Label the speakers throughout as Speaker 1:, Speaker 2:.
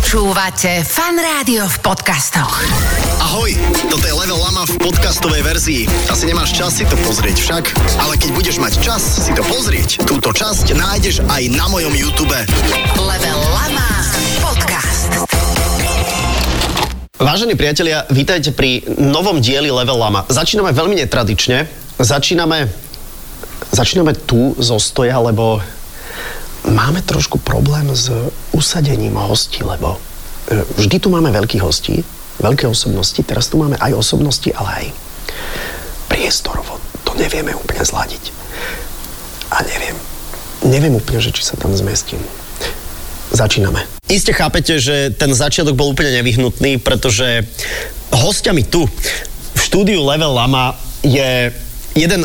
Speaker 1: Počúvate Fan Rádio v podcastoch.
Speaker 2: Ahoj, toto je Level Lama v podcastovej verzii. Asi nemáš čas si to pozrieť však, ale keď budeš mať čas si to pozrieť, túto časť nájdeš aj na mojom YouTube.
Speaker 1: Level Lama Podcast.
Speaker 2: Vážení priatelia, vítajte pri novom dieli Level Lama. Začíname veľmi netradične. Začíname, začíname tu zo stoja, lebo máme trošku problém s usadením hostí, lebo e, vždy tu máme veľkých hostí, veľké osobnosti, teraz tu máme aj osobnosti, ale aj priestorovo. To nevieme úplne zladiť. A neviem. Neviem úplne, že či sa tam zmestím začíname. Iste chápete, že ten začiatok bol úplne nevyhnutný, pretože hostiami tu v štúdiu Level Lama je jeden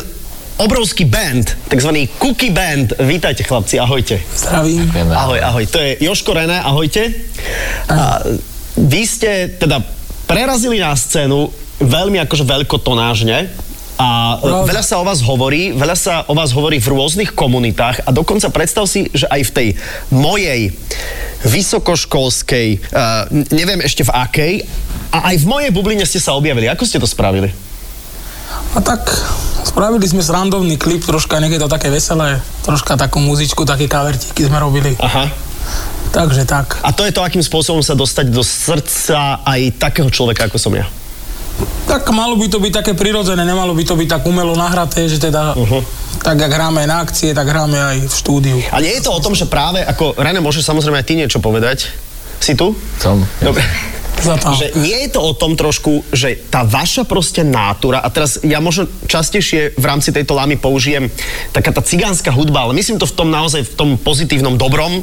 Speaker 2: obrovský band, takzvaný Cookie Band. Vítajte chlapci, ahojte.
Speaker 3: Zdravím.
Speaker 2: Ahoj, ahoj. To je Joško René, ahojte. A vy ste teda prerazili na scénu veľmi akože veľkotonážne a e,
Speaker 3: Pravda.
Speaker 2: veľa sa o vás hovorí, veľa sa o vás hovorí v rôznych komunitách a dokonca predstav si, že aj v tej mojej vysokoškolskej, e, neviem ešte v akej, a aj v mojej bubline ste sa objavili. Ako ste to spravili?
Speaker 3: A tak spravili sme srandovný klip, troška niekedy to také veselé, troška takú muzičku, také kavertíky sme robili.
Speaker 2: Aha.
Speaker 3: Takže tak.
Speaker 2: A to je to, akým spôsobom sa dostať do srdca aj takého človeka, ako som ja.
Speaker 3: Tak malo by to byť také prirodzené, nemalo by to byť tak umelo nahraté, že teda
Speaker 2: Uh-huh.
Speaker 3: tak, jak hráme na akcie, tak hráme aj v štúdiu.
Speaker 2: A nie je to o tom, že práve, ako Rene, môžeš samozrejme aj ty niečo povedať. Si tu?
Speaker 4: Som.
Speaker 2: Dobre.
Speaker 3: Za tam.
Speaker 2: Že nie je to o tom trošku, že tá vaša proste nátura, a teraz ja možno častejšie v rámci tejto lámy použijem taká tá cigánska hudba, ale myslím to v tom naozaj v tom pozitívnom, dobrom, e,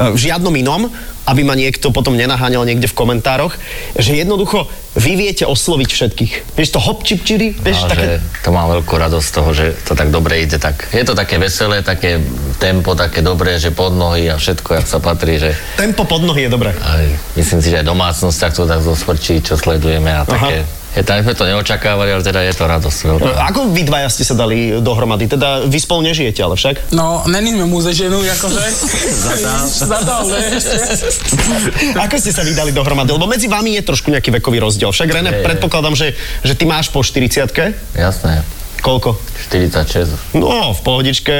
Speaker 2: v žiadnom inom, aby ma niekto potom nenaháňal niekde v komentároch, že jednoducho vy viete osloviť všetkých. Vieš to hop čip čiri, vieš
Speaker 4: A
Speaker 2: také...
Speaker 4: No, že to mám veľkú radosť z toho, že to tak dobre ide. Tak. Je to také veselé, také tempo, také dobré, že pod nohy a všetko, jak sa patrí, že
Speaker 2: Tempo pod nohy je dobré.
Speaker 4: aj, myslím si, že aj domácnosť tak to tak zosprčí, čo sledujeme a také. Je, tam sme to neočakávali, ale teda je to radosť.
Speaker 2: E,
Speaker 4: veľká.
Speaker 2: Ako vy dvaja ste sa dali dohromady? Teda vy spolu nežijete, ale však?
Speaker 3: No, není sme mu zeženú, akože. Zadal, ešte.
Speaker 2: Ako ste sa vydali dohromady? Lebo medzi vami je trošku nejaký vekový rozdiel. Však René,
Speaker 4: Je, je.
Speaker 2: predpokladám, že, že ty máš po 40
Speaker 4: Jasné,
Speaker 2: Koľko?
Speaker 4: 46.
Speaker 2: No, v pohodičke.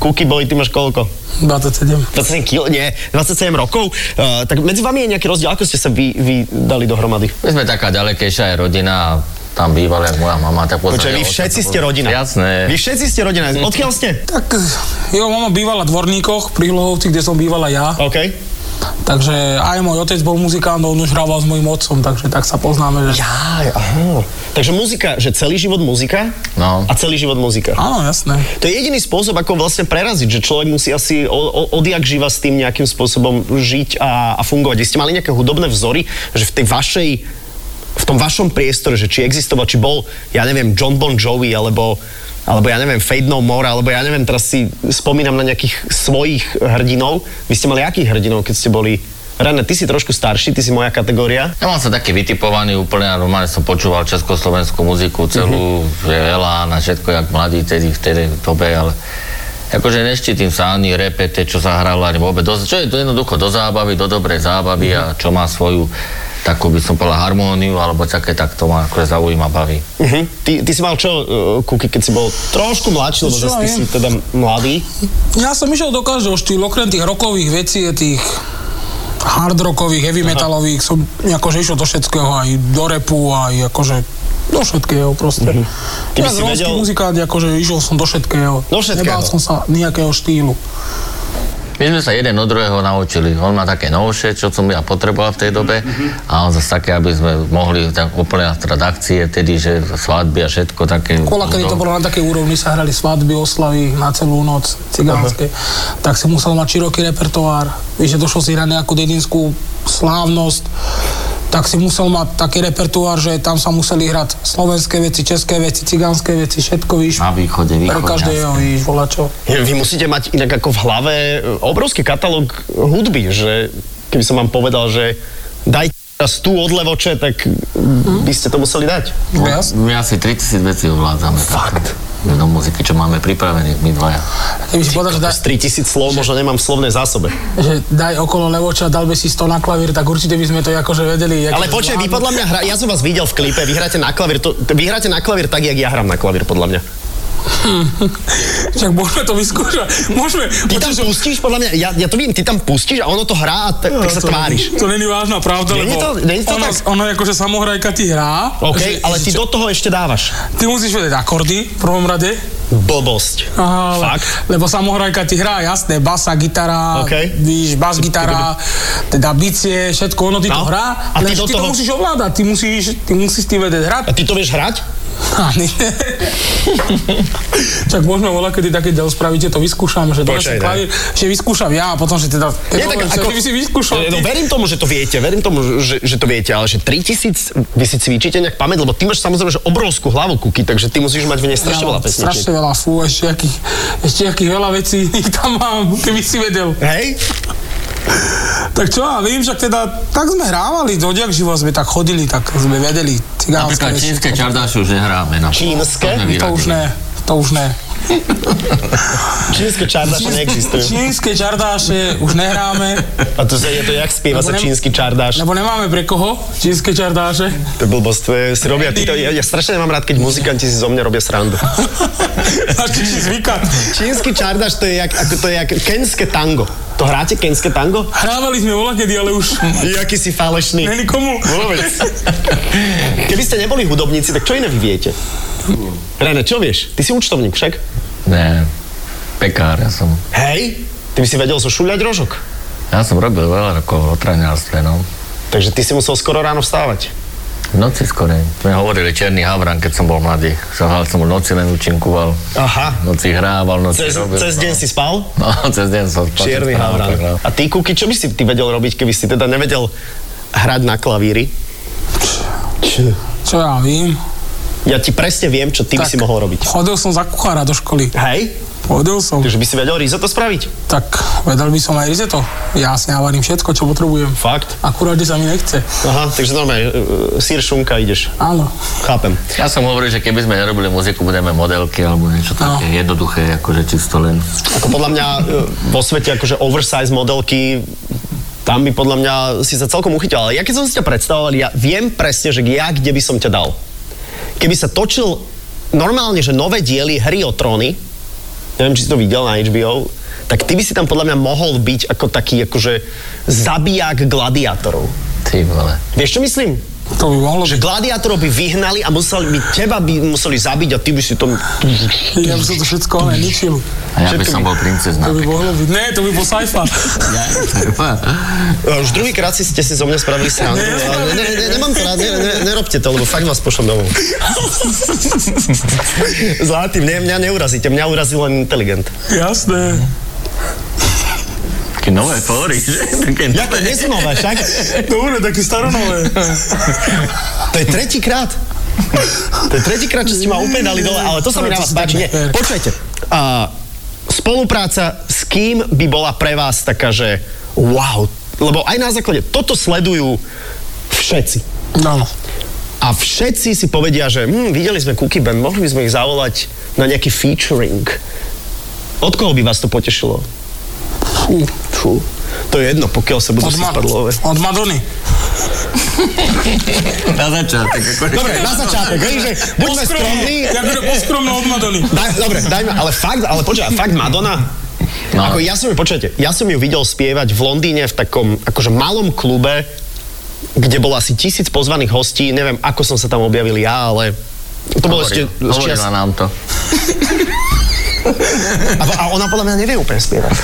Speaker 2: Kuky boli, ty máš koľko?
Speaker 3: 27.
Speaker 2: 27 kg, nie, 27 rokov. Uh, tak medzi vami je nejaký rozdiel. Ako ste sa vy, vy dali dohromady?
Speaker 4: My sme taká ďalekejšia aj rodina a tam bývala aj moja mama. Tak
Speaker 2: Počkaj,
Speaker 4: v podstate
Speaker 2: vy
Speaker 4: od-
Speaker 2: všetci ste rodina.
Speaker 4: Jasné.
Speaker 2: Vy všetci ste rodina. Odkiaľ ste?
Speaker 3: Tak, jo, mama bývala v Dvorníkoch, pri Hlohovci, kde som bývala ja.
Speaker 2: OK.
Speaker 3: Takže aj môj otec bol muzikant, on už hrával s mojim otcom, takže tak sa poznáme, že...
Speaker 2: Jaj, aha. Takže muzika, že celý život muzika
Speaker 4: No.
Speaker 2: a celý život muzika.
Speaker 3: Áno, jasné.
Speaker 2: To je jediný spôsob, ako vlastne preraziť, že človek musí asi o- o- odjak živa s tým nejakým spôsobom žiť a, a fungovať. Vy ste mali nejaké hudobné vzory, že v tej vašej v tom vašom priestore, že či existoval, či bol, ja neviem, John Bon Jovi, alebo, alebo ja neviem, Fade No More, alebo ja neviem, teraz si spomínam na nejakých svojich hrdinov. Vy ste mali akých hrdinov, keď ste boli... René, ty si trošku starší, ty si moja kategória.
Speaker 4: Ja mám sa taký vytipovaný úplne a normálne som počúval československú muziku
Speaker 3: Mhm.
Speaker 4: celú, mm-hmm. že Elán a všetko, jak mladí tedy v tej dobe, ale akože neštítim sa ani repete, čo sa hralo, ani vôbec. Do, čo je to jednoducho do zábavy, do dobrej
Speaker 3: Mhm.
Speaker 4: zábavy mm-hmm. a čo má svoju takú by som povedal harmóniu, alebo také, tak to ma akože zaujíma, baví.
Speaker 3: Mhm.
Speaker 2: Uh-huh. Ty, ty si mal čo, uh, Kuky, keď si bol trošku mladší, lebo
Speaker 3: Čo
Speaker 2: zase ty
Speaker 3: ja
Speaker 2: si
Speaker 3: viem.
Speaker 2: teda mladý.
Speaker 3: Ja som išiel do každého štýlu, okrem tých rokových vecí, tých hard rockových, heavy metalových, som akože išiel do všetkého, aj do repu, aj akože do všetkého proste.
Speaker 2: Mhm. Ty by
Speaker 3: Ja
Speaker 2: si
Speaker 3: romský
Speaker 2: vedel-
Speaker 3: muzikant, akože išiel som do všetkého.
Speaker 2: Do všetkého.
Speaker 3: Nebál som sa nejakého štýlu.
Speaker 4: My sme sa jeden od druhého naučili. On má také novšie, čo som ja potreboval v tej
Speaker 3: Mhm,
Speaker 4: dobe a on zase také, aby sme mohli tak úplne teda akcie, tedy, že svadby a všetko také.
Speaker 3: Kola, kedy
Speaker 2: No.
Speaker 3: to bolo na takej úrovni, sa hrali svadby, oslavy na celú noc, cigánske, tak si musel mať široký repertoár. Vieš, že došlo si na nejakú dedinskú slávnosť, tak si musel mať taký repertoár, že tam sa museli hrať slovenské veci, české veci, cigánske veci, všetko, víš.
Speaker 4: Na východe,
Speaker 3: Pre
Speaker 4: východ.
Speaker 3: každého, víš, volačo.
Speaker 2: Vy musíte mať inak ako v hlave eh, obrovský katalóg hudby, že keby som vám povedal, že dajte teraz tú od levoče, tak by ste to museli dať.
Speaker 3: Jas?
Speaker 4: My asi 3000 vecí ovládzame. Fakt. do muziky, čo máme pripravených my dvaja.
Speaker 3: Keby si povedal, že
Speaker 2: Z
Speaker 3: daj,
Speaker 2: 3000 slov možno nemám slovné zásobe.
Speaker 3: že daj okolo levoča, dal by si 100 na klavír, tak určite by sme to akože vedeli. akože
Speaker 2: Ale počkaj, vy
Speaker 3: zvládnuť.
Speaker 2: podľa mňa hra, ja som vás videl v klipe, vy hráte na klavír, to, vy hráte na klavír tak, jak ja hrám na klavír, podľa mňa.
Speaker 3: Však môžeme to vyskúšať. Môžeme.
Speaker 2: Ty tam pustíš, podľa mňa, ja, ja to vím, ty tam pustíš a ono to hrá a tak, tak sa
Speaker 3: To-
Speaker 2: tváriš.
Speaker 3: To není vážna pravda,
Speaker 2: Není
Speaker 3: lebo
Speaker 2: to- není to
Speaker 3: ono,
Speaker 2: tak?
Speaker 3: ono je akože samohrajka ty hrá.
Speaker 2: OK, ale ty do toho ešte dávaš.
Speaker 3: Ty musíš vedieť akordy v prvom rade.
Speaker 2: Blbosť.
Speaker 3: Aha, ale,
Speaker 2: Fakt?
Speaker 3: lebo samohrajka ty hrá, jasné, basa, gitara,
Speaker 2: OK.
Speaker 3: víš, bas, gitara, teda bicie, všetko, ono ty to
Speaker 2: No.
Speaker 3: hrá,
Speaker 2: A ty
Speaker 3: lenže
Speaker 2: do
Speaker 3: ty to
Speaker 2: toho-
Speaker 3: musíš ovládať, ty musíš, ty musíš s tým vedieť hrať.
Speaker 2: A ty to vieš hrať?
Speaker 3: Ani. Čak môžeme volať, kedy také diel spravíte, to vyskúšam, že
Speaker 2: Počkaj,
Speaker 3: donesem
Speaker 2: ne.
Speaker 3: klavír, že vyskúšam ja a potom, že teda...
Speaker 2: Nie, tak
Speaker 3: že
Speaker 2: ako-
Speaker 3: by si vyskúšal.
Speaker 2: No,
Speaker 3: ty.
Speaker 2: verím tomu, že to viete, verím tomu, že, že to viete, ale že 3000, vy si cvičíte nejak pamäť, lebo ty máš samozrejme že obrovskú hlavu kuky, takže ty musíš mať v nej strašne
Speaker 3: Ja
Speaker 2: veľa
Speaker 3: mám Strašne
Speaker 2: pesničiek.
Speaker 3: veľa, fú, ešte akých, ešte akých veľa vecí ich tam mám, keby si vedel.
Speaker 2: Hej?
Speaker 3: Tak čo ja vím, že teda tak sme hrávali, dodiak živo sme tak chodili, tak sme vedeli. Cigánske
Speaker 4: Napríklad
Speaker 3: veci.
Speaker 4: čínske čardáše už nehráme. No.
Speaker 2: Čínske?
Speaker 4: To sme
Speaker 3: To už
Speaker 4: vyradili.
Speaker 3: ne, to už ne.
Speaker 2: Čínske čardáše neexistujú.
Speaker 3: Čínske čardáše už nehráme,
Speaker 2: A to sa je to, jak spieva sa
Speaker 3: Lebo nem-
Speaker 2: čínsky čardáš.
Speaker 3: lebo nemáme pre koho čínske čardáše.
Speaker 2: To je blbosť, to je, si robia títo, ja, ja strašne nemám rád, keď muzikanti si zo mňa robia srandu.
Speaker 3: Začni si zvykať.
Speaker 2: Čínsky čardáš to je jak, ako to je jak kenské tango. To hráte kenské tango?
Speaker 3: Hrávali sme volakedy, ale už
Speaker 2: Jaký si falešný.
Speaker 3: není komu.
Speaker 2: Vôbec. Keby ste neboli hudobníci, tak čo iné vy viete? René, čo vieš? Ty si účtovník však?
Speaker 4: Ne, pekár, ja som.
Speaker 2: Hej? Ty by si vedel zošuľať rožok.
Speaker 4: Ja som robil veľa rokov v otraňárstve, no.
Speaker 2: Takže ty si musel skoro ráno vstávať.
Speaker 4: V noci skorej. Sme hovorili Černý Havran, keď som bol mladý. Zahral som v noci len účinkoval.
Speaker 2: Aha.
Speaker 4: V noci hrával, v noci
Speaker 2: Cez,
Speaker 4: robil.
Speaker 2: cez deň
Speaker 4: no.
Speaker 2: si spal?
Speaker 4: No, cez deň som spal.
Speaker 2: Čierny
Speaker 4: cez deň
Speaker 2: havran.
Speaker 4: tak, no.
Speaker 2: A ty, Kuky, čo by si ty vedel robiť, keby si teda nevedel hrať na klavíri?
Speaker 3: Čo ja vím.
Speaker 2: Ja ti presne viem, čo ty by si mohol robiť.
Speaker 3: Chodil som za kuchára do školy.
Speaker 2: Hej?
Speaker 3: Chodil som.
Speaker 2: Takže by si vedel risotto spraviť?
Speaker 3: Tak vedel by som aj rizeto. Ja si navarím všetko, čo potrebujem.
Speaker 2: Fakt?
Speaker 3: Akurát, že sa mi nechce.
Speaker 2: Aha, takže normálne, e, e, sír, šunka, ideš.
Speaker 3: Áno.
Speaker 2: Chápem.
Speaker 4: Ja som hovoril, že keby sme nerobili muziku, budeme modelky alebo niečo také jednoduché, akože čisto len.
Speaker 2: Ako podľa mňa e, vo svete akože oversize modelky tam by podľa mňa si sa celkom uchytil. Ale ja keď som si ťa predstavoval, ja viem presne, že ja kde by som ťa dal. Keby sa točil normálne, že nové diely hry o tróny, neviem, či si to videl na HBO, tak ty by si tam podľa mňa mohol byť ako taký akože zabijak gladiátorov.
Speaker 4: Ty vole.
Speaker 2: Vieš, čo myslím?
Speaker 3: To by mohlo
Speaker 2: Že
Speaker 3: byť.
Speaker 2: gladiátorov by vyhnali a museli by, teba by museli zabiť a ty by si to...
Speaker 3: Ja by som to všetko ale ničil.
Speaker 4: A ja by
Speaker 2: Všetko
Speaker 4: som
Speaker 2: by-
Speaker 4: bol princezná.
Speaker 3: To by mohlo byť. Ne, to by bol sajfa.
Speaker 4: Ja,
Speaker 2: A Už druhýkrát si ste si zo mňa spravili srandu. ale Ne, ne, ne, nemám to rád, ne, ne, nerobte to, lebo fakt vás pošlem domov. Zlatý, mne, mňa neurazíte, mňa urazil len inteligent.
Speaker 3: Jasné.
Speaker 4: Také nové fóry, že? Také
Speaker 2: Ja to nie sú nové, však.
Speaker 3: Dobre, taký staronové.
Speaker 2: To je tretíkrát. To je tretíkrát, čo ste ma úplne dali dole, ale to sa mi na vás páči. Nie, počujete. A, spolupráca s kým by bola pre vás taká, že wow, lebo aj na základe toto sledujú všetci.
Speaker 3: Áno.
Speaker 2: A všetci si povedia, že hm, videli sme Cookie Band, mohli by sme ich zavolať na nejaký featuring. Od koho by vás to potešilo? Hm,
Speaker 3: Fú.
Speaker 2: Fú. To je jedno, pokiaľ sa budú
Speaker 3: Od,
Speaker 2: si
Speaker 3: Ma-
Speaker 2: spadlové.
Speaker 3: od Madony.
Speaker 4: Na začiatek, akože.
Speaker 2: Dobre, na začiatok, hej, že buďme skromní.
Speaker 3: Ja budem poskromný od Madony.
Speaker 2: Daj, dobre, dajme, ale fakt, ale počkaj, fakt Madonna?
Speaker 4: No.
Speaker 2: Ako ja som ju, počujete, ja som ju videl spievať v Londýne v takom akože malom klube, kde bolo asi tisíc pozvaných hostí, neviem, ako som sa tam objavil ja, ale to bolo ešte
Speaker 4: Hovoril-
Speaker 2: z čias-
Speaker 4: Hovorila nám to.
Speaker 2: A, a ona podľa mňa nevie úplne spievať.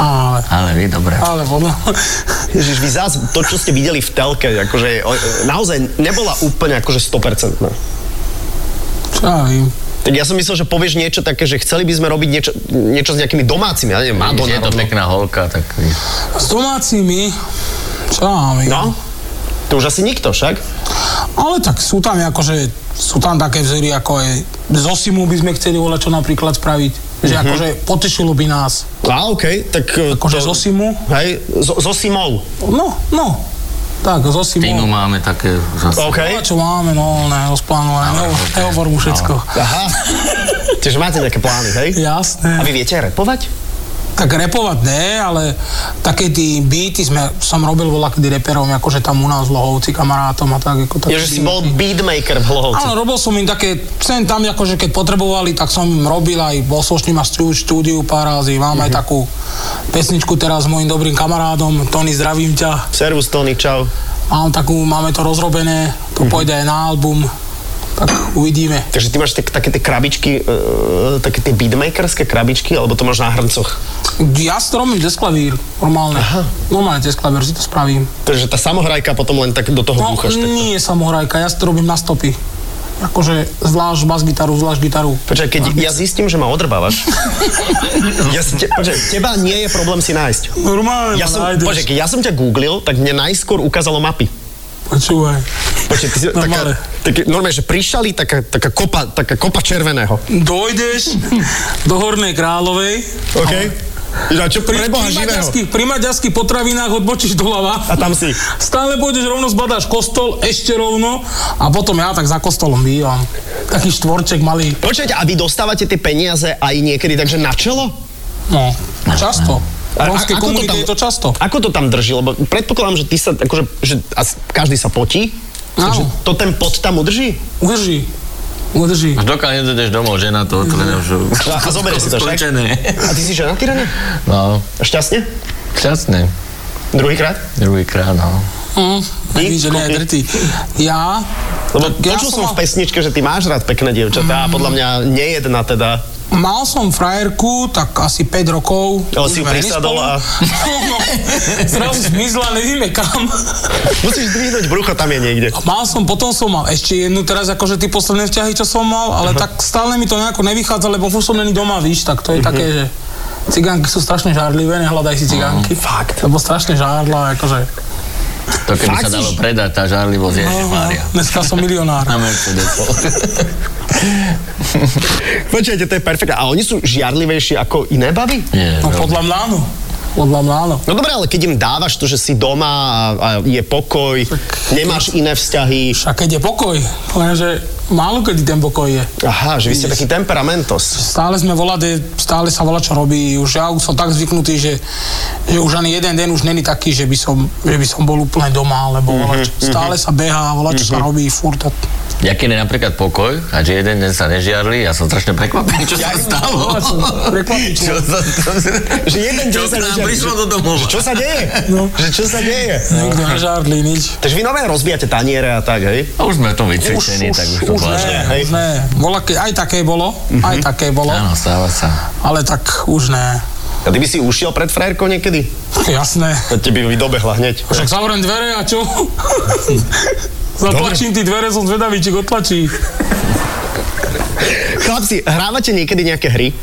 Speaker 3: Ale,
Speaker 4: Ale vy, dobre.
Speaker 3: ale podľa...
Speaker 2: Ježiš, vy zás, to, čo ste videli v telke, akože o- naozaj nebola úplne akože 100%.
Speaker 3: Čo ja vím.
Speaker 2: Tak ja som myslel, že povieš niečo také, že chceli by sme robiť niečo, niečo s nejakými domácimi, ja neviem, Madonna.
Speaker 4: Je to
Speaker 2: rovno.
Speaker 4: pekná holka, tak...
Speaker 3: S domácimi... Čo ja vím.
Speaker 2: No, to už asi nikto však.
Speaker 3: Ale tak sú tam akože, sú tam také vzory, ako je Zosimu by sme chceli volať čo napríklad spraviť. Že akože potešilo by nás.
Speaker 2: A okej, tak... e,
Speaker 3: Akože Zosimu.
Speaker 2: Hej, zo, zo Simou.
Speaker 3: No, no. Tak, zo Simou.
Speaker 4: Týmu máme také zase.
Speaker 2: OK.
Speaker 3: No, čo máme, no, ne, rozplánované, no,
Speaker 4: Dobre,
Speaker 3: nehovor mu
Speaker 4: dobre.
Speaker 3: všetko.
Speaker 2: Aha. Čiže máte nejaké plány, hej? A
Speaker 3: Jasné.
Speaker 2: vy viete repovať?
Speaker 3: Tak repovať ne, ale také tí beaty sme, som robil voľa kedy reperom, akože tam u nás v Lohovci kamarátom a tak. Ako
Speaker 2: Je,
Speaker 3: také
Speaker 2: že si
Speaker 3: beaty.
Speaker 2: bol beatmaker v Hlohovci.
Speaker 3: Akože Áno, robil som im také, sem tam, akože keď potrebovali, tak som im robil aj, bol som s ním až v štúdiu pár razy, mám
Speaker 2: Mhm.
Speaker 3: aj takú pesničku teraz s mojim dobrým kamarádom, Tony, zdravím ťa.
Speaker 2: Servus Tony, čau.
Speaker 3: Mám takú, máme to rozrobené,
Speaker 2: Mhm.
Speaker 3: to pôjde aj na album, tak uvidíme.
Speaker 2: Takže ty máš tak, také tie krabičky, uh, také tie beatmakerské krabičky, alebo to máš na hrncoch?
Speaker 3: Ja si to robím cez klavír, normálne.
Speaker 2: Aha.
Speaker 3: Normálne cez klavír si to spravím.
Speaker 2: Takže tá samohrajka potom len tak do toho
Speaker 3: No,
Speaker 2: búchaš. takto.
Speaker 3: nie je samohrajka, ja si to robím na stopy. Akože zvlášť bas-gitaru, zvlášť gitaru.
Speaker 2: Počkaj, keď ja zistím, že ma odrbávaš, ja si te, počkaj, teba nie je problém si nájsť.
Speaker 3: Normálne
Speaker 2: Ja
Speaker 3: ma
Speaker 2: som,
Speaker 3: No, nájdeš.
Speaker 2: počkaj, keď ja som ťa googlil, tak mne najskôr ukázalo mapy.
Speaker 3: Počúvaj.
Speaker 2: Počkaj, ty si
Speaker 3: Normálne.
Speaker 2: taká, taký, normálne, že prišali taká, taká, kopa, taká kopa červeného.
Speaker 3: Dojdeš do Hornej Královej.
Speaker 2: OK? Ja, čo,
Speaker 3: Pri, pri, maďarských, pri maďarských potravinách odbočíš doľava.
Speaker 2: A tam si.
Speaker 3: Stále pôjdeš rovno, zbadáš kostol, ešte rovno a potom ja tak za kostolom bývam. Taký štvorček malý.
Speaker 2: Počkajte, a vy dostávate tie peniaze aj niekedy, takže na čelo?
Speaker 3: No, často.
Speaker 2: A-
Speaker 3: V romskej
Speaker 2: a- ako to
Speaker 3: komunite
Speaker 2: tam-
Speaker 3: je to často.
Speaker 2: Ako to tam drží? Lebo predpokladám, že ty sa, akože, že asi každý sa potí.
Speaker 3: Áno.
Speaker 2: Takže to ten pot tam udrží?
Speaker 3: Udrží. Udrží.
Speaker 4: Až dokiaľ nedodeš domov, žena to otvorené už...
Speaker 2: A, a zoberie si to, však?
Speaker 4: Skončené.
Speaker 2: A ty si ženatý, René?
Speaker 4: No,
Speaker 2: Šťastne?
Speaker 4: šťastné.
Speaker 2: Druhýkrát?
Speaker 4: Druhýkrát, no.
Speaker 3: Mm,
Speaker 2: Ty?
Speaker 3: vidíš, že nie je
Speaker 2: Koľko?
Speaker 3: tretí. Ja?
Speaker 2: Lebo
Speaker 3: Tak
Speaker 2: počul som
Speaker 3: mal-
Speaker 2: v pesničke, že ty máš rád pekné dievčatá a podľa mňa nejedna teda.
Speaker 3: Mal som frajerku, tak asi 5 rokov.
Speaker 2: Ale si
Speaker 3: Už
Speaker 2: ju
Speaker 3: sme
Speaker 2: prisadol a-
Speaker 3: nespolu. No, no, zrazu zmizla, nevieme kam.
Speaker 2: Musíš dvihnúť brucho, tam je niekde.
Speaker 3: Mal som, potom som mal ešte jednu teraz, akože tie posledné vzťahy, čo som mal, ale tak stále mi to nejako nevychádza, lebo furt som není doma, víš, tak to je také, že cigánky sú strašne žárlivé, nehľadaj si cigánky.
Speaker 2: Fakt.
Speaker 3: Lebo strašne žárla, akože.
Speaker 4: To keby
Speaker 2: Fakt
Speaker 4: sa dalo
Speaker 2: si- No.
Speaker 4: predať, tá žarlivosť, Ježiš Mária.
Speaker 3: No, dneska som milionár.
Speaker 4: Na Mercedesu.
Speaker 2: Počujete, to je perfektné. A oni sú žiarlivejší ako iné baby?
Speaker 4: Nie,
Speaker 3: No
Speaker 4: veľmi.
Speaker 3: podľa mňa áno. Podľa mňa áno.
Speaker 2: No dobre, ale keď im dávaš to, že si doma a, a je pokoj, nemáš iné vzťahy.
Speaker 3: Však keď je pokoj, lenže málo kedy ten pokoj je.
Speaker 2: Aha, že vy ste taký temperamentos.
Speaker 3: Stále sme volade, stále sa volá, čo robí. Už ja už som tak zvyknutý, že, že už ani jeden deň už není taký, že by som, že by som bol úplne doma, lebo
Speaker 2: Mhm,
Speaker 3: volač, stále sa behá, volá, čo sa robí, furt. A...
Speaker 4: Ja keď je napríklad pokoj a že jeden deň sa nežiarli, ja som strašne prekvapený, čo sa stalo.
Speaker 3: Ja som prekvapený.
Speaker 4: Čo sa
Speaker 2: Že jeden deň
Speaker 4: čo
Speaker 2: sa
Speaker 4: k nám
Speaker 2: nežiarli,
Speaker 4: prišlo
Speaker 2: že-
Speaker 4: do domova.
Speaker 2: Že čo sa deje?
Speaker 3: No.
Speaker 2: Že čo sa deje?
Speaker 3: Nikto nežárli, nič.
Speaker 2: Takže vy nové rozbijate taniere a tak, hej?
Speaker 4: A už sme to vycvičení, tak už to
Speaker 3: už
Speaker 4: vlážne.
Speaker 2: hej? Mhm.
Speaker 3: ne, už ne. Bola, ke- aj také bolo, aj také bolo,
Speaker 4: Áno, stáva sa.
Speaker 3: ale tak už ne.
Speaker 2: A ty by si ušiel pred frajerkou niekedy?
Speaker 3: Jasné.
Speaker 2: To ti by dobehla hneď.
Speaker 3: Však zavriem dvere a čo? Zatlačím tie dvere, som zvedavý, či ich otlačí.
Speaker 2: Chlapci, hrávate niekedy nejaké hry?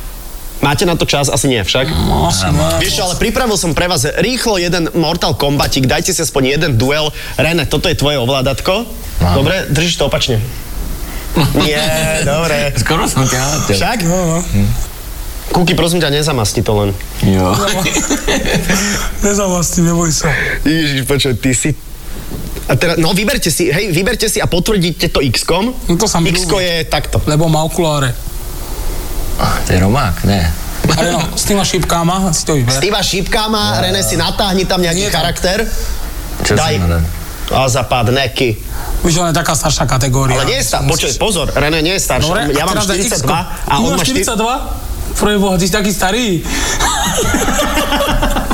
Speaker 2: Máte na to čas? Asi nie však.
Speaker 3: No, asi ne.
Speaker 2: Vieš čo, ale pripravil som pre vás rýchlo jeden Mortal Kombatik, dajte si aspoň jeden duel. René, toto je tvoje ovládatko.
Speaker 4: Áno.
Speaker 2: Dobre, držíš to opačne. Nie, dobre.
Speaker 4: Skoro som ťa hátil.
Speaker 2: Však?
Speaker 3: No, no.
Speaker 2: Hm. Kuky, prosím ťa, nezamasti to len.
Speaker 4: Jo.
Speaker 3: Nezavlastím, neboj sa.
Speaker 2: Ježiš, počuj, ty si... A teda, no vyberte si, hej, vyberte si a potvrdíte to X-kom.
Speaker 3: No to sa mi
Speaker 2: X-ko je
Speaker 3: ľúbi.
Speaker 2: takto.
Speaker 3: Lebo má okuláre.
Speaker 4: To je Romák, ne.
Speaker 3: Ale no, s týma šípkama si to vyber.
Speaker 2: Steva šípka má, René si natáhni tam nejaký
Speaker 3: Nie tam.
Speaker 2: charakter.
Speaker 4: Čo
Speaker 2: Daj.
Speaker 4: si ma dám?
Speaker 2: A zapadne ky.
Speaker 3: Víš, ona je taká staršia kategória.
Speaker 2: Ale nie je starší, počuj, pozor, René nie je starší.
Speaker 3: Dobre,
Speaker 2: ja
Speaker 3: No, a
Speaker 2: mám
Speaker 3: teraz daj
Speaker 2: 42
Speaker 3: X-ko.
Speaker 2: a
Speaker 3: Ty
Speaker 2: on
Speaker 3: máš
Speaker 2: má 40.
Speaker 3: 42? Pre boha, ty si taký starý.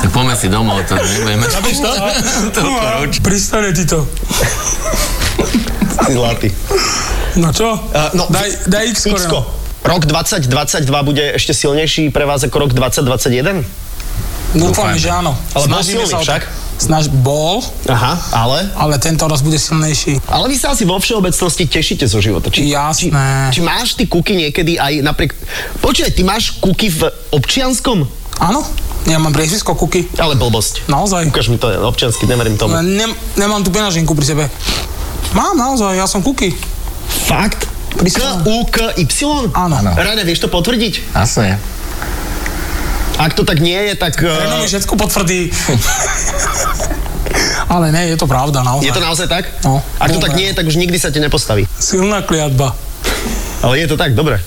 Speaker 4: Tak poďme si domov, to nebudeme.
Speaker 2: Chápeš to?
Speaker 4: Toľko roč.
Speaker 3: Pristane ti to.
Speaker 2: Si zlatý.
Speaker 3: No čo?
Speaker 2: Uh, no,
Speaker 3: daj, no. daj X
Speaker 2: X-ko. Rok 2022 bude ešte silnejší pre vás ako rok 2021?
Speaker 3: Dúfam,
Speaker 4: Dúfajme.
Speaker 3: že áno.
Speaker 2: Ale bol
Speaker 3: Snažíme
Speaker 2: silný
Speaker 3: sa o to.
Speaker 2: však.
Speaker 3: Snaž, bol,
Speaker 2: Aha, ale?
Speaker 3: ale tento raz bude silnejší.
Speaker 2: Ale vy sa asi vo všeobecnosti tešíte zo života. Či, či,
Speaker 3: Jasné.
Speaker 2: či máš ty kuky niekedy aj napriek... Počkaj, ty máš kuky v občianskom?
Speaker 3: Áno, ja mám priezvisko Kuky.
Speaker 2: Ale blbosť.
Speaker 3: Naozaj.
Speaker 2: Ukáž mi to, občiansky, neverím tomu.
Speaker 3: Len Nem, nemám tu peňaženku pri sebe. Mám, naozaj, ja som Kuky.
Speaker 2: Fakt? K,
Speaker 3: Prisahám.
Speaker 2: U, K, Y?
Speaker 3: Áno. Áno.
Speaker 2: Rane, vieš to potvrdiť?
Speaker 4: Jasné.
Speaker 2: Ak to tak eh, nie je, tak...
Speaker 3: Reno
Speaker 2: Uh,
Speaker 3: mi všetko potvrdí. A Ale ne, je to pravda, naozaj.
Speaker 2: Je to naozaj tak?
Speaker 3: No.
Speaker 2: Ak to
Speaker 3: Dobre.
Speaker 2: tak nie je, tak už nikdy sa ti nepostaví.
Speaker 3: Silná kliatba.
Speaker 2: Ale je to tak, dobre.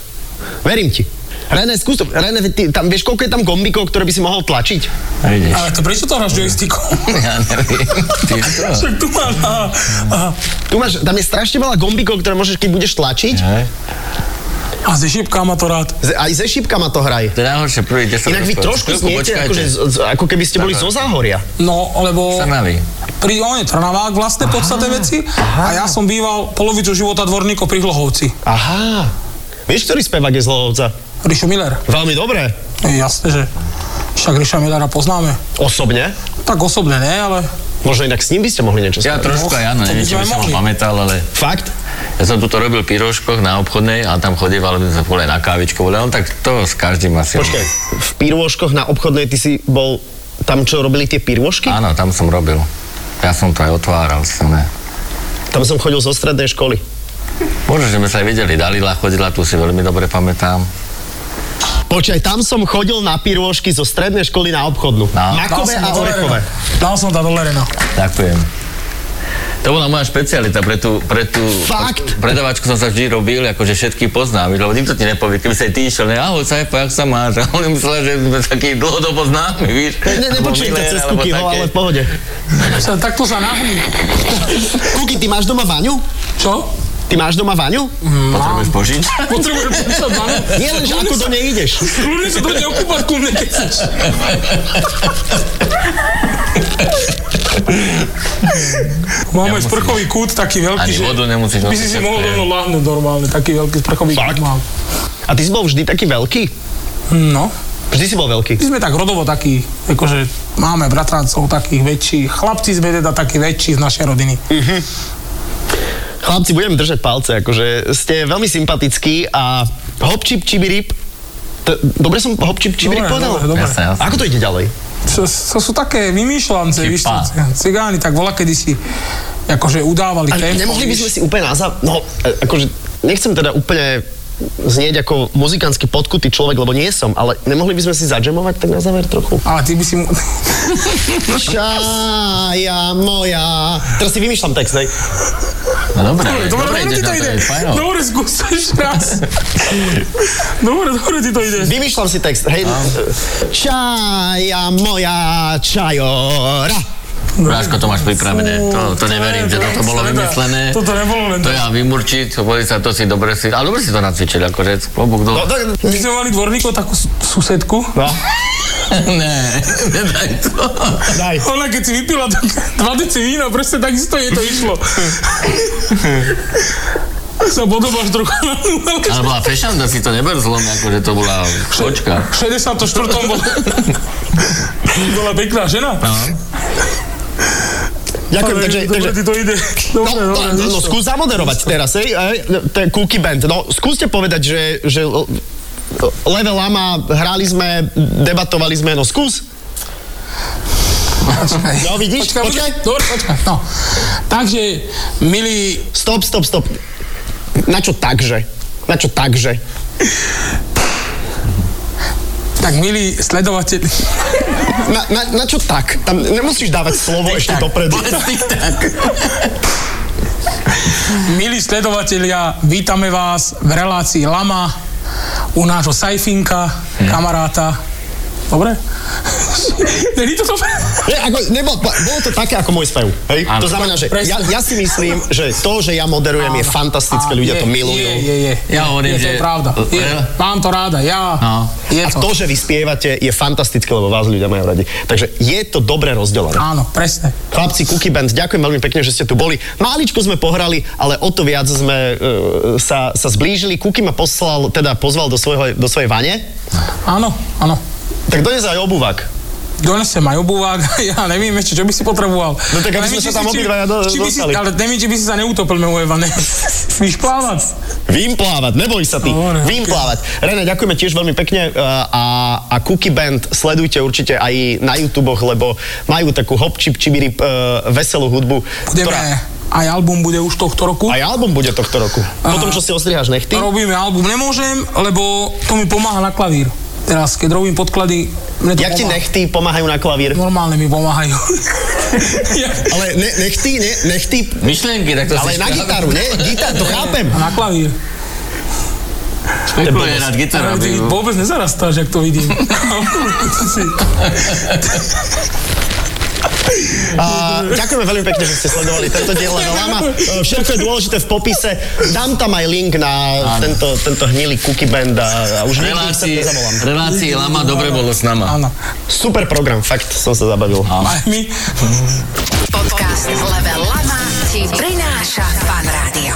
Speaker 2: Verím ti. René, skús to. René, ty, tam vieš, koľko je tam gombikov, ktoré by si mohol tlačiť?
Speaker 4: Vidíš?
Speaker 3: Ale to prečo to hráš joystickom?
Speaker 4: Ja neviem. Ty čo?
Speaker 3: Však tu máš, aha, aha.
Speaker 2: Tu máš, tam je strašne veľa gombikov, ktoré môžeš, keď budeš tlačiť.
Speaker 4: Hej.
Speaker 3: A ze šipka má to rád.
Speaker 2: Z- Aj ze šípkama to hraj.
Speaker 4: To je najhoršie, prvý 10
Speaker 2: Inak vy
Speaker 4: rozpočet.
Speaker 2: trošku
Speaker 4: Chvíľku
Speaker 2: zniete,
Speaker 4: počkajte.
Speaker 2: akože, z- z- ako keby ste boli zo záhoria.
Speaker 3: No, lebo...
Speaker 4: Trnavy.
Speaker 3: Pri, on je Trnavák, vlastné podstatné veci. A ja som býval polovicu života dvorníko pri Hlohovci.
Speaker 2: Aha. Vieš, ktorý spevák je z Lohovca?
Speaker 3: Rišo Miller.
Speaker 2: Veľmi dobré.
Speaker 3: Je jasné, že však Riša Millera poznáme.
Speaker 2: Osobne.
Speaker 3: Tak osobne ne, ale
Speaker 2: Možno inak s ním by ste mohli niečo
Speaker 4: Ja
Speaker 2: spraviť.
Speaker 4: trošku aj áno,
Speaker 3: To by
Speaker 4: neviem, či
Speaker 3: sme
Speaker 4: by som ho
Speaker 3: mohli.
Speaker 4: pamätal, ale
Speaker 2: Fakt?
Speaker 4: ja som tuto robil pyroškoch na obchodnej a tam chodieval, aby sme sa volali na kávičku, ale on tak to s každým asi...
Speaker 2: Počkaj, v pirôžkoch na obchodnej ty si bol tam, čo robili tie pirôžky?
Speaker 4: Áno, tam som robil. Ja som to aj otváral, silné.
Speaker 2: Tam som chodil zo strednej školy.
Speaker 4: Možno, že sme sa aj videli, Dalila chodila, tu si veľmi dobre pamätám.
Speaker 2: Počkaj, tam som chodil na pirôžky zo strednej školy na obchodnú.
Speaker 4: No.
Speaker 2: Makové a
Speaker 3: dal som to
Speaker 2: orechové.
Speaker 3: Dal som to do Lerena.
Speaker 4: Ďakujem. To bola moja špecialita pre tú, pre tú
Speaker 2: Fakt?
Speaker 4: predavačku som sa vždy robil, akože všetky poznám, lebo nikto ti nepovie, keby sa aj ty išiel, ne, ahoj, sajpo, jak sa máš? A on myslel, že sme takí dlhodobo známi, víš?
Speaker 2: Ne, nepočujte cez kuky, ho, ale v pohode.
Speaker 3: Sa- Takto sa nahní.
Speaker 2: Kuky, ty máš doma vaňu?
Speaker 3: Čo?
Speaker 2: Ty máš doma vaňu?
Speaker 4: Potrebuješ požiť?
Speaker 3: Potrebujem sa dane.
Speaker 2: Nie len, že ako do nej ideš.
Speaker 3: Kľudne sa do nej okúpať, kľudne keď chceš. Máme
Speaker 4: Ja musím-
Speaker 3: sprchový kút taký veľký,
Speaker 4: Ani
Speaker 3: že
Speaker 4: vodu nemusíš
Speaker 3: by
Speaker 4: nosiť,
Speaker 3: si si
Speaker 4: tak
Speaker 3: mohol
Speaker 4: to je.
Speaker 3: rovno láhnuť normálne, taký veľký sprchový
Speaker 2: Fakt?
Speaker 3: kút mám.
Speaker 2: A ty si bol vždy taký veľký?
Speaker 3: No,
Speaker 2: Vždy si bol veľký.
Speaker 3: my sme tak rodovo takí, akože máme bratrancov takých väčších, chlapci sme teda takí väčší z našej rodiny.
Speaker 2: Chlapci, budem držať palce, akože ste veľmi sympatickí a hop čip čibirip. T- Dobre som hop čip čibirip
Speaker 3: Dobre,
Speaker 2: povedal?
Speaker 3: dobre, dobre.
Speaker 4: Jasné, jasné.
Speaker 2: Ako to ide ďalej?
Speaker 3: To, to sú také vymýšľance,
Speaker 4: Typa.
Speaker 3: víš, čo, cigáni tak voľa kedy si akože udávali
Speaker 2: A
Speaker 3: tempo,
Speaker 2: nemohli by
Speaker 3: víš.
Speaker 2: sme si úplne na záver... No, e, akože nechcem teda úplne znieť ako muzikánsky podkutý človek, lebo nie som, ale nemohli by sme si zadžemovať tak na záver trochu?
Speaker 3: Ale ty by si... mu- No
Speaker 2: Šája moja... Teraz si vymýšľam text, hej?
Speaker 4: No dobre,
Speaker 3: Dobre, dobre, ti
Speaker 4: ideš
Speaker 3: to
Speaker 4: na
Speaker 3: ide.
Speaker 4: je fajno.
Speaker 3: Dobre, skús ešte raz. Dobre, dobre, ti to ide.
Speaker 2: Vymýšľam si text, hej? Čaja moja čajora.
Speaker 4: Bráško, to máš pripravené, to, to neverím, že toto bolo vymyslené.
Speaker 3: Toto nebolo len
Speaker 4: To
Speaker 3: tak.
Speaker 4: ja vymurčiť, hovorí sa, to si dobre si, ale dobre si to nacvičil, akože, klobúk dole.
Speaker 2: No, tak,
Speaker 3: My sme mali dvorníkov takú s- susedku.
Speaker 2: no,
Speaker 4: Ne, nedaj to.
Speaker 2: daj.
Speaker 3: Ona keď si vypila tak 2 deci vína, presne takisto jej to išlo. Sa podobáš trochu na
Speaker 4: Ale bola fešanda, si to neber zlom, akože to bola kočka.
Speaker 3: V 64. bola, bola pekná žena.
Speaker 2: Ďakujem, No, takže...
Speaker 3: Ale dobre,
Speaker 2: takže
Speaker 3: ti to ide. Dobre,
Speaker 2: No,
Speaker 3: dobre,
Speaker 2: no, no,
Speaker 3: nič
Speaker 2: no
Speaker 3: to.
Speaker 2: skús zamoderovať teraz, hej, hej, ten Cookie Band. No, skúste povedať, že, že l- Level Lama, hrali sme, debatovali sme, no skús. No, vidíš?
Speaker 3: Počkaj, počkaj.
Speaker 2: Počkaj.
Speaker 3: Dobre, počkaj. No. Takže, milí
Speaker 2: Stop, stop, stop. Na čo takže? Na čo takže?
Speaker 3: Tak milí sledovateľi,
Speaker 2: Na, na, na čo tak? Tam nemusíš dávať slovo ešte dopredu.
Speaker 3: milí sledovatelia, vítame vás v relácii Lama u nášho Sajfinka,
Speaker 4: Hm.
Speaker 3: kamaráta. Dobre? Není to dobré?
Speaker 2: Nie, ako, nebol, bolo to také ako môj spev. Hej?
Speaker 4: Áno.
Speaker 2: To znamená, že
Speaker 3: Presne.
Speaker 2: ja, ja si myslím, že to, že ja moderujem, je fantastické, ľudia
Speaker 3: Je,
Speaker 2: to milujú.
Speaker 3: Je, je, je.
Speaker 4: Ja hovorím,
Speaker 3: je, to
Speaker 4: že-
Speaker 3: je pravda. Je,
Speaker 4: Ja-
Speaker 3: mám to ráda, ja.
Speaker 4: No.
Speaker 3: Je
Speaker 2: A
Speaker 3: to.
Speaker 2: to, že vy spievate, je fantastické, lebo vás ľudia majú radi. Takže je to dobre rozdelené.
Speaker 3: Áno, presne.
Speaker 2: Chlapci, Cookie Band, ďakujem veľmi pekne, že ste tu boli. Máličko sme pohrali, ale o to viac sme e, sa, sa zblížili. Cookie ma poslal, teda pozval do, svojho, do svojej vane.
Speaker 3: Áno, áno.
Speaker 2: Tak dones aj obuvák.
Speaker 3: Donesem aj obuvák, ja neviem ešte, čo by si potreboval.
Speaker 2: No tak aby
Speaker 3: Neviem,
Speaker 2: sme
Speaker 3: či
Speaker 2: sa tam
Speaker 3: si- či-
Speaker 2: obidvaja do-
Speaker 3: či by si,
Speaker 2: dostali.
Speaker 3: Ale neviem, či by si sa neutopil na ujevane. Víš plávať?
Speaker 2: Vím plávať, neboj sa ty.
Speaker 3: Dobre,
Speaker 2: Vím
Speaker 3: No, ok.
Speaker 2: plávať. René, ďakujeme tiež veľmi pekne e, a, a Cookie Band sledujte určite aj na YouTube, lebo majú takú hopčip čibiri e, veselú hudbu,
Speaker 3: Budeme, aj album bude už tohto roku.
Speaker 2: aj album bude tohto roku. Po tom, čo si ostriháš nechty.
Speaker 3: Robíme album, nemôžem, lebo to mi pomáha na klavír. Teraz, keď robím podklady, mne to
Speaker 2: Jak ti
Speaker 3: pomáha.
Speaker 2: nechty pomáhajú na klavír?
Speaker 3: Normálne mi pomáhajú. Ja-
Speaker 2: No, Ale ne, nechty, ne, nechty,
Speaker 4: Myšlienky, tak to
Speaker 2: ale
Speaker 4: si
Speaker 2: na
Speaker 4: škrabem.
Speaker 2: gitaru, ne? Gitaru, to chápem.
Speaker 3: A na klavír.
Speaker 4: Špekuluje nad gitarou.
Speaker 3: Ale ty
Speaker 4: ty-
Speaker 3: vôbec nezarastáš, jak to vidím.
Speaker 2: A, ďakujeme veľmi pekne, že ste sledovali tento diel Lebo Lama. E, Všetko je dôležité v popise. Dám tam aj link na tento, tento hnilý cookie band a, a už nikdy sa
Speaker 4: Relácii,
Speaker 2: nezavolám.
Speaker 4: relácii Lama dobre bolo s nama.
Speaker 3: Áno.
Speaker 2: Super program, fakt som sa zabavil.
Speaker 3: Aj my
Speaker 2: Mhm.
Speaker 1: Podcast Level Lama ti prináša Fan Rádio.